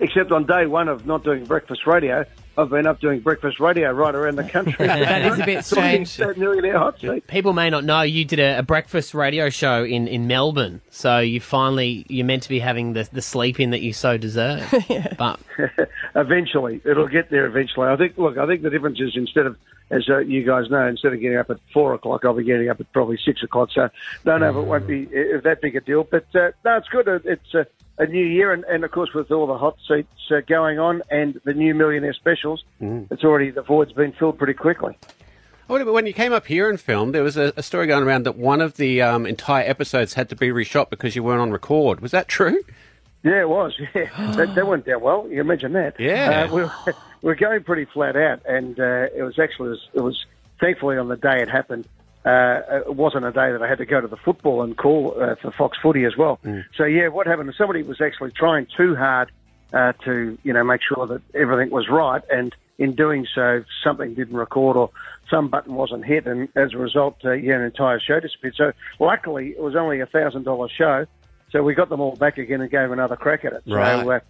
Except on day one of not doing breakfast radio, I've been up doing breakfast radio right around the country. That is a bit Talking strange. to millionaire hot seat. People may not know you did a, a breakfast radio show in, in Melbourne, so you finally you're meant to be having the the sleep in that you so deserve. But eventually, it'll get there. Eventually, I think. Look, I think the difference is instead of, as uh, you guys know, instead of getting up at four o'clock, I'll be getting up at probably six o'clock. So, no, no, it won't be uh, that big a deal. But uh, no, it's good. Uh, It's uh, a new year, and, and of course, with all the hot seats uh, going on and the new millionaire specials, it's already the void's been filled pretty quickly. Oh, wait, but when you came up here and filmed, there was a, a story going around that one of the um, entire episodes had to be reshot because you weren't on record. Was that true? Yeah, it was. Yeah, that, that went down well. You imagine that? Yeah. uh, we, were, we were going pretty flat out, and uh, it was actually it was, it was thankfully on the day it happened. Uh, it wasn't a day that I had to go to the football and call uh, for Fox Footy as well. So yeah, what happened? is Somebody was actually trying too hard uh, to you know make sure that everything was right, and in doing so, something didn't record or some button wasn't hit, and as a result, uh, yeah, an entire show disappeared. So luckily, it was only a thousand dollar show, so we got them all back again and gave another crack at it. So Right. uh,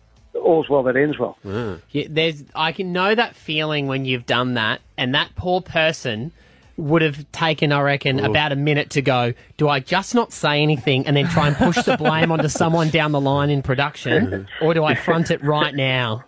all's well that ends well. Yeah, there's I can know that feeling when you've done that, and that poor person would have taken, I reckon, Ooh. about a minute to go. Do I just not say anything and then try and push the blame onto someone down the line in production, or do I front it right now?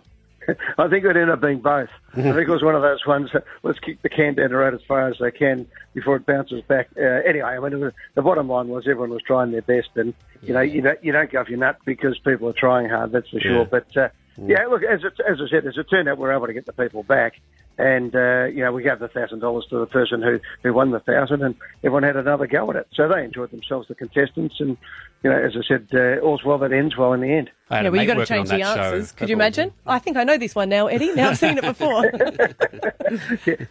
I think it ended up being both. I think it was one of those ones. that Let's kick the can down the road as far as they can before it bounces back. Uh, anyway, I mean, it was, the bottom line was everyone was trying their best, and you know, you don't you don't go off your nut because people are trying hard. That's for Yeah. sure. But uh, yeah, look, as it, as I said, as it turned out, we were able to get the people back, and uh, you know, we gave the thousand dollars to the person who who won the thousand, and everyone had another go at it. So they enjoyed themselves, the contestants, and you know, as I said, uh, all's well that ends well in the end. yeah, well, you got to change the answers. Could you imagine? I think I know this one now, Eddie. Now I've seen it before.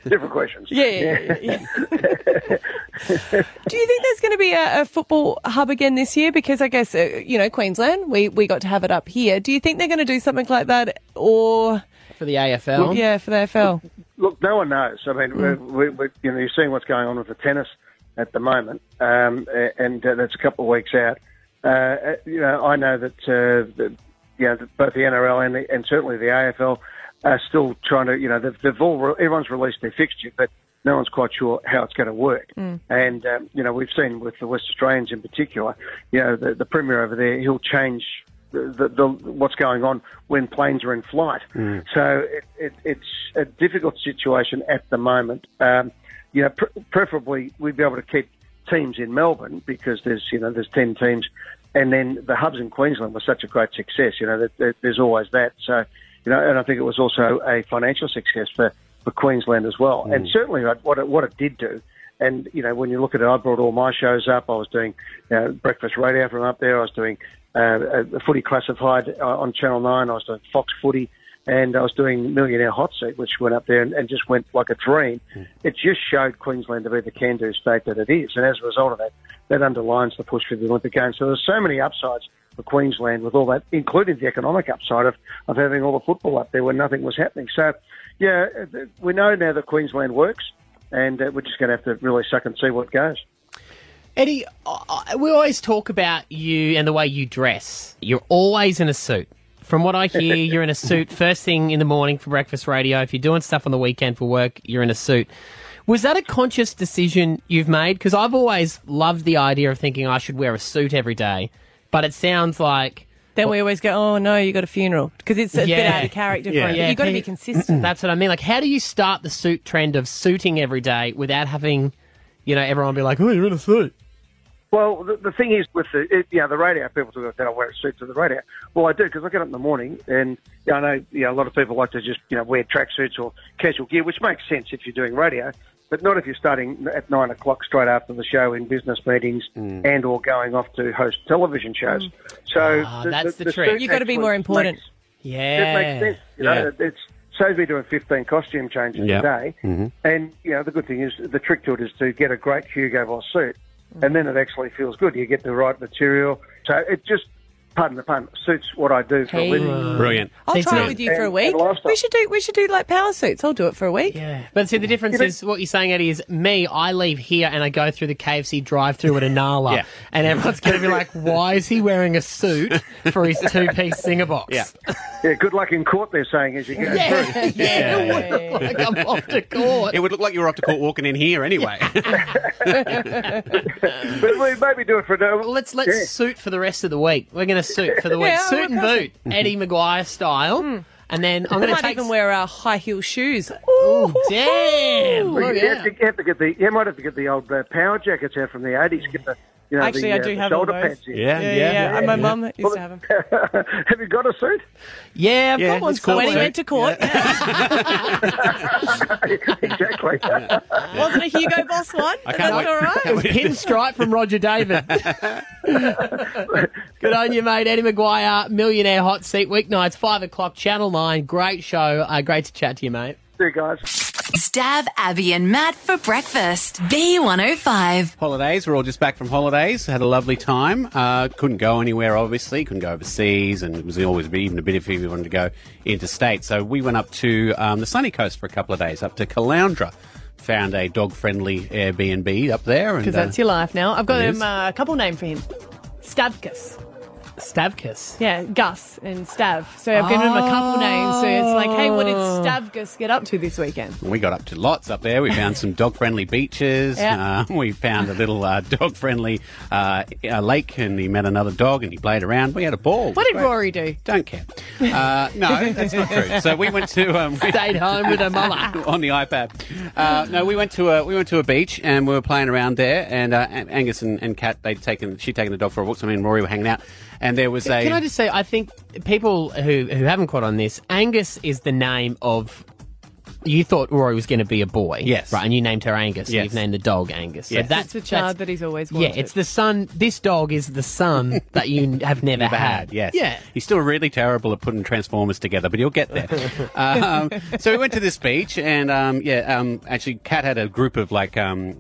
Different questions. Yeah, yeah, Do you think there's going to be a, a football hub again this year? Because I guess uh, you know Queensland, we we got to have it up here. Do you think they're going to do something like that, or for the AFL? Yeah, for the AFL. Look, no one knows. I mean, we, we, we, you know, you're seeing what's going on with the tennis at the moment, um, a- and uh, that's a couple of weeks out. Uh, Uh, you know, I know that, uh, that you know, that both the NRL and, the, and certainly the AFL are still trying to, you know, they've, they've all, re- everyone's released their fixture, but no one's quite sure how it's going to work. Mm. And, um, you know, we've seen with the West Australians in particular, you know, the, the Premier over there, he'll change the, the, the, what's going on when planes are in flight. Mm-hmm. Mm. So it, it, it's a difficult situation at the moment. Um, you know, pre- preferably we'd be able to keep teams in Melbourne because there's you know there's ten teams, and then the hubs in Queensland were such a great success. You know, that, that there's always that. So you know, and I think it was also a financial success for, for Queensland as well. And certainly what- what it, what it did do. And you know, when you look at it, I brought all my shows up. I was doing you know, breakfast radio from up there. I was doing uh, a footy classified uh, on Channel Nine. I was doing Fox Footy, and I was doing Millionaire Hot Seat, which went up there and, and just went like a dream. It just showed Queensland to be the can-do state that it is, and as a result of that, that underlines the push for the Olympic Games. So there's so many upsides for Queensland with all that, including the economic upside of, of having all the football up there when nothing was happening. So, yeah, th- we know now that Queensland works, and uh, we're just going to have to really suck and see what goes. Eddie, I, I- we always talk about you and the way you dress. You're always in a suit. From what I hear, you're in a suit first thing in the morning for breakfast radio. If you're doing stuff on the weekend for work, you're in a suit. Was that a conscious decision you've made? Because I've always loved the idea of thinking I should wear a suit every day, but it sounds like. Then we always go, oh no, you got a funeral because it's a bit out of character for him. You've got to be consistent. That's what I mean. Like, how do you start the suit trend of suiting every day without having, you know, everyone be like, oh, you're in a suit? Well, the, the thing is with the it, you know the radio, people talk about that I wear a suit to the radio. Well, I do because I get up in the morning, and you know, I know you know, a lot of people like to just you know wear tracksuits or casual gear, which makes sense if you're doing radio, but not if you're starting at nine o'clock straight after the show in business meetings and or going off to host television shows. So the- that's the, the trick. suit You've got to be more actually important. makes- Yeah. it makes sense. You know, it's saves me doing fifteen costume changes a day. Mm-hmm. And you know, the good thing is the trick to it is to get a great Hugo Boss suit, and then it actually feels good. You get the right material, so it just pardon the pun, suits what I do for Hey. a living. Brilliant. I'll try it with you for a And- week. and lifestyle. We should do we should do like power suits. I'll do it for a week. Yeah. But see, the difference is what you're saying, Eddie, is me, I leave here and I go through the KFC drive through at Anala. Yeah. And everyone's going to be like, why is he wearing a suit for his two piece singer box? Yeah. yeah, good luck in court, they're saying as you go through. I'm off to court. It would look like you were off to court walking in here anyway. but we maybe do it for a Let's let's suit for the rest of the week. We're going to suit for the week, Yeah, suit and boot, perfect. Eddie Maguire style. And then I'm going I to Hmm. might take even wear uh, high heel shoes. Ooh, damn! Well, you, have to, you have to get the you might have to get the old uh, power jackets out from the eighties. Get the you know Actually, the, I uh, do the have all shoulder those. pads. in. Yeah, yeah, yeah. And my mum used to have them. have you got a suit? Yeah, I've got one it's called when he suit. went to court. exactly. Wasn't a Hugo Boss one? I But can't That's wait. all right. It was pinstripe from Roger David. Good on you, mate. Eddie Maguire, Millionaire Hot Seat, weeknights, 5 o'clock, Channel 9. Great show. Uh, great to chat to you, mate. See you guys. Stab Abby and Matt for breakfast. B105. Holidays. We're all just back from holidays. Had a lovely time. Uh, couldn't go anywhere, obviously. Couldn't go overseas, and it was always even a bit if we wanted to go interstate. So we went up to um, the sunny coast for a couple of days, up to Caloundra. Found a dog-friendly Airbnb up there, and Because uh, that's your life now. I've got It is. him uh, a couple name for him. Stavkus. Stavkus. Yeah, Gus and Stav. So I've given him a couple names. So it's like, hey, what did Ah. Oh. Stavkus get up to this weekend? And We got up to lots up there. We found some dog friendly beaches. Yeah. Um, we found a little uh, dog friendly uh, uh, lake and he met another dog and he played around. We had a ball. What did Oh, Great. Rory do? Don't care. Uh, no, that's not true. So we went to um, we- Stayed home with her mother. on the iPad. Uh, no, we went to a we went to a beach and we were playing around there. And uh, An- Angus and, and Kat they'd taken she'd taken the dog for a walk. So me and Rory were hanging out. And there was a Can I just say, I think people who, who haven't caught on this, Angus is the name of. You thought Rory was going to be a boy. Yes. Right, and you named her Angus. and Yes. You've named the dog Angus. So Yes. that's the that's- child that he's always Yeah, wanted. it's the son. This dog is the son that you have never, Never had, yes. Yeah. He's still really terrible at putting Transformers together, but he'll get there. um, so we went to this beach, and um, yeah, um, actually, Kat had a group of like. Um,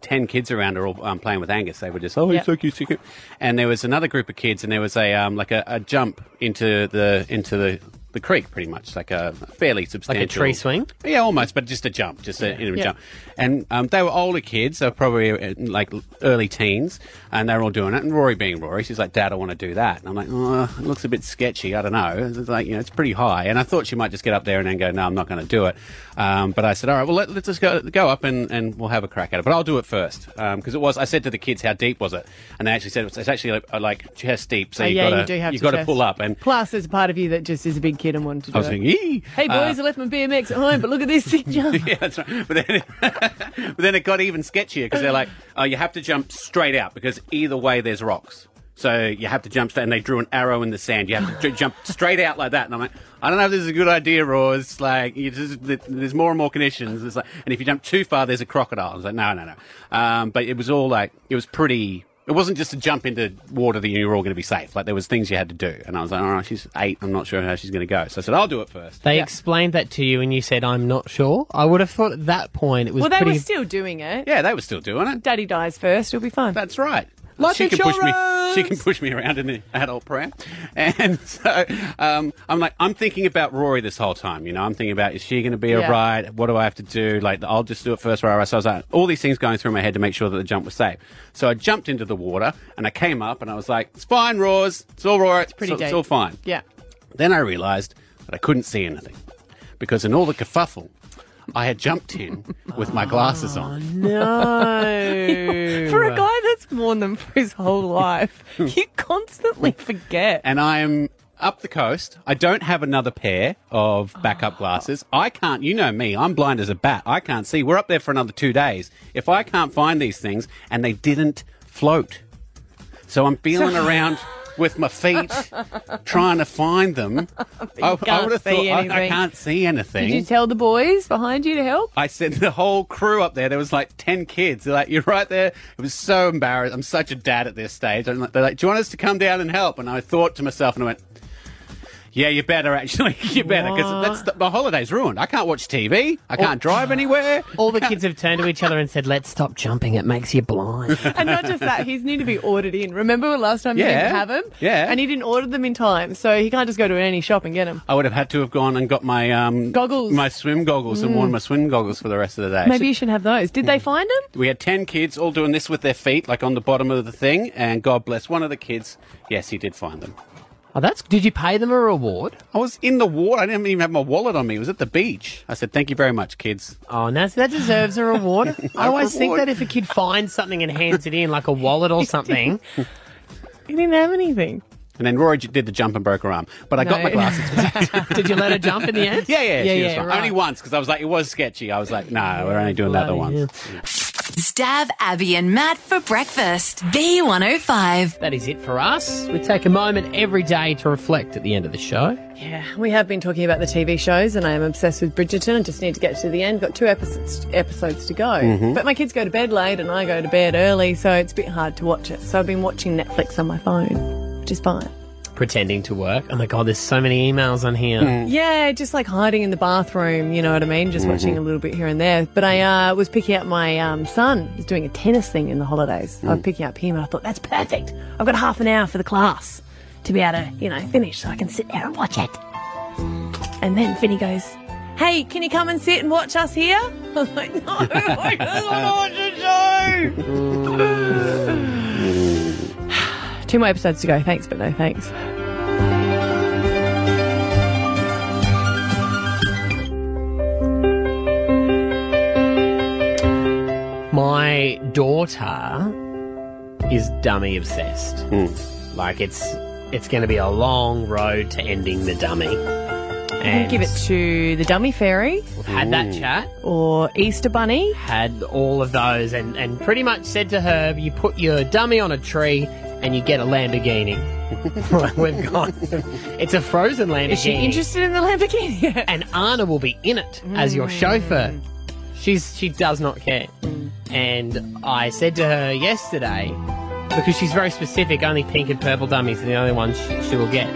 10 kids around her all um, playing with Angus. They were just, oh, he's Yeah. so cute, so cute. And there was another group of kids, and there was a um, like a, a jump into the into the, the creek, pretty much, like a fairly substantial. tree swing? Yeah, almost, but just a jump, just a, you know, Yeah. jump. And um, they were older kids, they were probably uh, like early teens, and they were all doing it. And Rory, being Rory, she's like, "Dad, I want to do that." And I'm like, "Oh, it looks a bit sketchy. I don't know. It's like, you know, it's pretty high." And I thought she might just get up there and then go, "No, I'm not going to do it." Um, but I said, "All right, well, let, let's just go go up and, and we'll have a crack at it." But I'll do it first because it was. I said to the kids, "How deep was it?" And they actually said it's actually like, uh, like chest deep, so Oh, you yeah, gotta, you do have you to got to chest. pull up. And Plus, there's a part of you that just is a big kid and wanted to do I was it. thinking, "Yee, hey, Uh, boys, I left my BMX at home, but look at this sick jump. yeah, that's right. But then, but then it got even sketchier because they're like, oh, you have to jump straight out because either way there's rocks. So you have to jump straight, and they drew an arrow in the sand. You have to ju- jump straight out like that, and I'm like, I don't know if this is a good idea, or it's like you just, there's more and more conditions. It's like, and if you jump too far, there's a crocodile. I was like, no, no, no. Um, but it was all like, it was pretty. It wasn't just a jump into water that you were all going to be safe. Like there was things you had to do, and I was like, all right, she's eight. I'm not sure how she's going to go. So I said, I'll do it first. They explained that to you, and you said, "I'm not sure." I would have thought at that point it was well, they pretty. were still doing it. Yeah, they were still doing it. Daddy dies first, it'll be fine. That's right. Life she can push me. insurance! She can push me around in the adult pram, and so um, I'm like, I'm thinking about Rory this whole time. You know, I'm thinking about is she going to be Yeah. all right? What do I have to do? Like, I'll just do it first, right? So I was like, all these things going through my head to make sure that the jump was safe. So I jumped into the water and I came up and I was like, it's fine, Roars. It's all right. It's pretty It's, deep. all fine. Yeah. Then I realised that I couldn't see anything because in all the kerfuffle, I had jumped in with my glasses on. No. for a guy that's worn them for his whole life, you constantly forget. and I'm up the coast. I don't have another pair of Oh. backup glasses. I can't, you know me, I'm blind as a bat. I can't see. We're up there for another two days. If I can't find these things, and they didn't float. So I'm feeling around with my feet trying to find them. I, can't would've see I- I, anything. can't see anything. Did you tell the boys behind you to help? I sent the whole crew up there. There was like ten kids. They're like, "You're right there." It was so embarrassing. I'm such a dad at this stage. I'm like, they're like, "Do you want us to come down and help?" And I thought to myself, and I went, Yeah, you better actually. You better What? because that's the, my holiday's ruined. I can't watch TV. I can't drive anywhere. All the kids have turned to each other and said, "Let's stop jumping. It makes you blind." And not just that, he's need to be ordered in. Remember last time you Yeah. didn't have them? Yeah. And he didn't order them in time, so he can't just go to any shop and get them. I would have had to have gone and got my um, Goggles. my swim goggles, and Mm. worn my swim goggles for the rest of the day. Maybe you should have those. Did Hmm. they find them? We had 10 kids all doing this with their feet, like on the bottom of the thing, and God bless one of the kids. Yes, he did find them. Oh, that's. Did you pay them a reward? I was in the water. I didn't even have my wallet on me. It was at the beach. I said, Thank you very much, kids. Oh, now that deserves a reward. I always think reward. that if a kid finds something and hands it in, like a wallet or something, He didn't have anything. And then Rory j- did the jump and broke her arm. But I got No. my glasses. did you let her jump in the end? Yeah, yeah, she was fine. right. Only once, because I was like, It was sketchy. I was like, No, we're only doing that the once. Stab Abby and Matt for breakfast. B105. That is it for us. We take a moment every day to reflect at the end of the show. Yeah, we have been talking about the TV shows, and I am obsessed with Bridgerton. I just need to get to the end. Got two episodes, episodes to go. Mm-hmm. Mhm. But my kids go to bed late, and I go to bed early, so it's a bit hard to watch it. So I've been watching Netflix on my phone, which is fine. Pretending to work. Oh my god, there's so many emails on here. Yeah, just like hiding in the bathroom, you know what I mean? Just watching Mhm. a little bit here and there. But I uh, was picking up my um, son. He's doing a tennis thing in the holidays. Mm. I was picking up him and I thought, that's perfect. I've got half an hour for the class to be able to, you know, finish so I can sit there and watch it. And then Finny goes, hey, can you come and sit and watch us here? I was like, no, I just want to watch a show. Two more episodes to go. Thanks, but no thanks. My daughter is dummy obsessed. Hmm. Like it's it's going to be a long road to ending the dummy. We'll And give it to the Dummy Fairy. We've had that chat. Or Easter Bunny. had all of those and, and pretty much said to her, you put your dummy on a tree and you get a Lamborghini. We've gone. It's a frozen Lamborghini. Is she interested in the Lamborghini? Mm. and Anna will be in it as your chauffeur. She's she does not care. And I said to her yesterday, because she's very specific, only pink and purple dummies are the only ones she, she will get.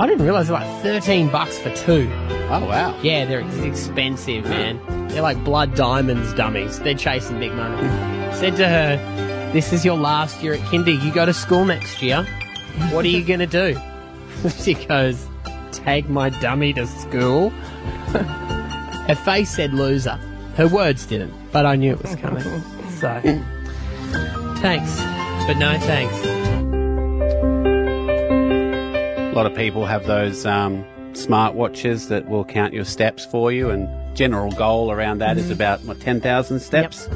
I didn't realise they're like thirteen bucks for two. Oh wow! Yeah, they're ex- expensive, man. They're like blood diamonds dummies. They're chasing big money. Said to her, "This is your last year at kinder. You go to school next year. What are you gonna do?" she goes, "Take my dummy to school." Her face said "loser." Her words didn't, but I knew it was coming. so, thanks, but no thanks. A lot of people have those um, smart watches that will count your steps for you, and general goal around that is Mhm. about what ten thousand steps.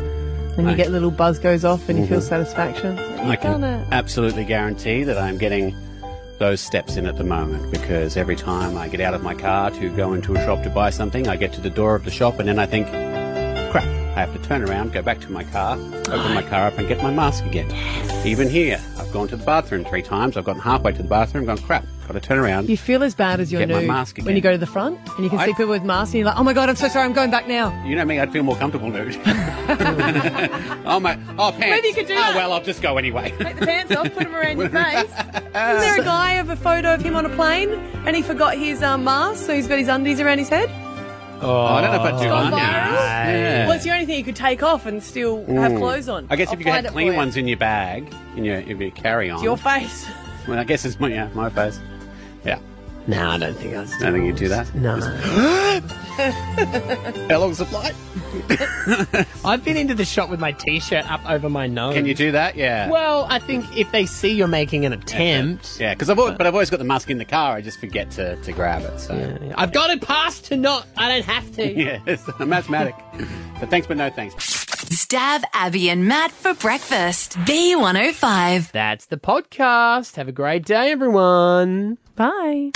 And you Right. get little buzz goes off and you feel Mm-hmm. Mhm. satisfaction. I can Done it. absolutely guarantee that I'm getting those steps in at the moment because every time I get out of my car to go into a shop to buy something, I get to the door of the shop and then I think, crap, I have to turn around, go back to my car, open my car up and get my mask again. Even here, I've gone to the bathroom three times, I've gotten halfway to the bathroom, gone, crap, got to turn around. You feel as bad as your Get my nude mask again. when you go to the front and you can see people with masks and you're like, oh my God, I'm so sorry, I'm going back now. You know me, I'd feel more comfortable nude. oh my, oh pants. Maybe you could do oh that. well, I'll just go anyway. Take the pants off, put them around your face. Is there a guy of a photo of him on a plane and he forgot his um, mask, so he's got his undies around his head? Oh, I don't know if I'd do Gone that. viral? Well, it's the only thing you could take off and still have Mm. clothes on. I guess I'll if you find had it clean for you. ones in your bag, in your, in your carry It's on. your face. Well, I guess it's my, yeah, my face. Yeah. No, I don't think I was. don't think you'd do that. No. How long's the flight? I've been into the shop with my t-shirt up over my nose. Can you do that? Yeah. Well, I think if they see you're making an attempt, Yeah, because I've always, but I've always got the mask in the car. I just forget to, to grab it. So I've got it passed to not. I don't have to. yes, a mathematic. but thanks, but no thanks. Stab Abby and Matt for breakfast. B105. That's the podcast. Have a great day, everyone. Bye.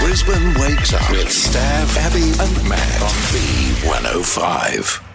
Brisbane wakes up with Stav, Abby, and Matt on B105.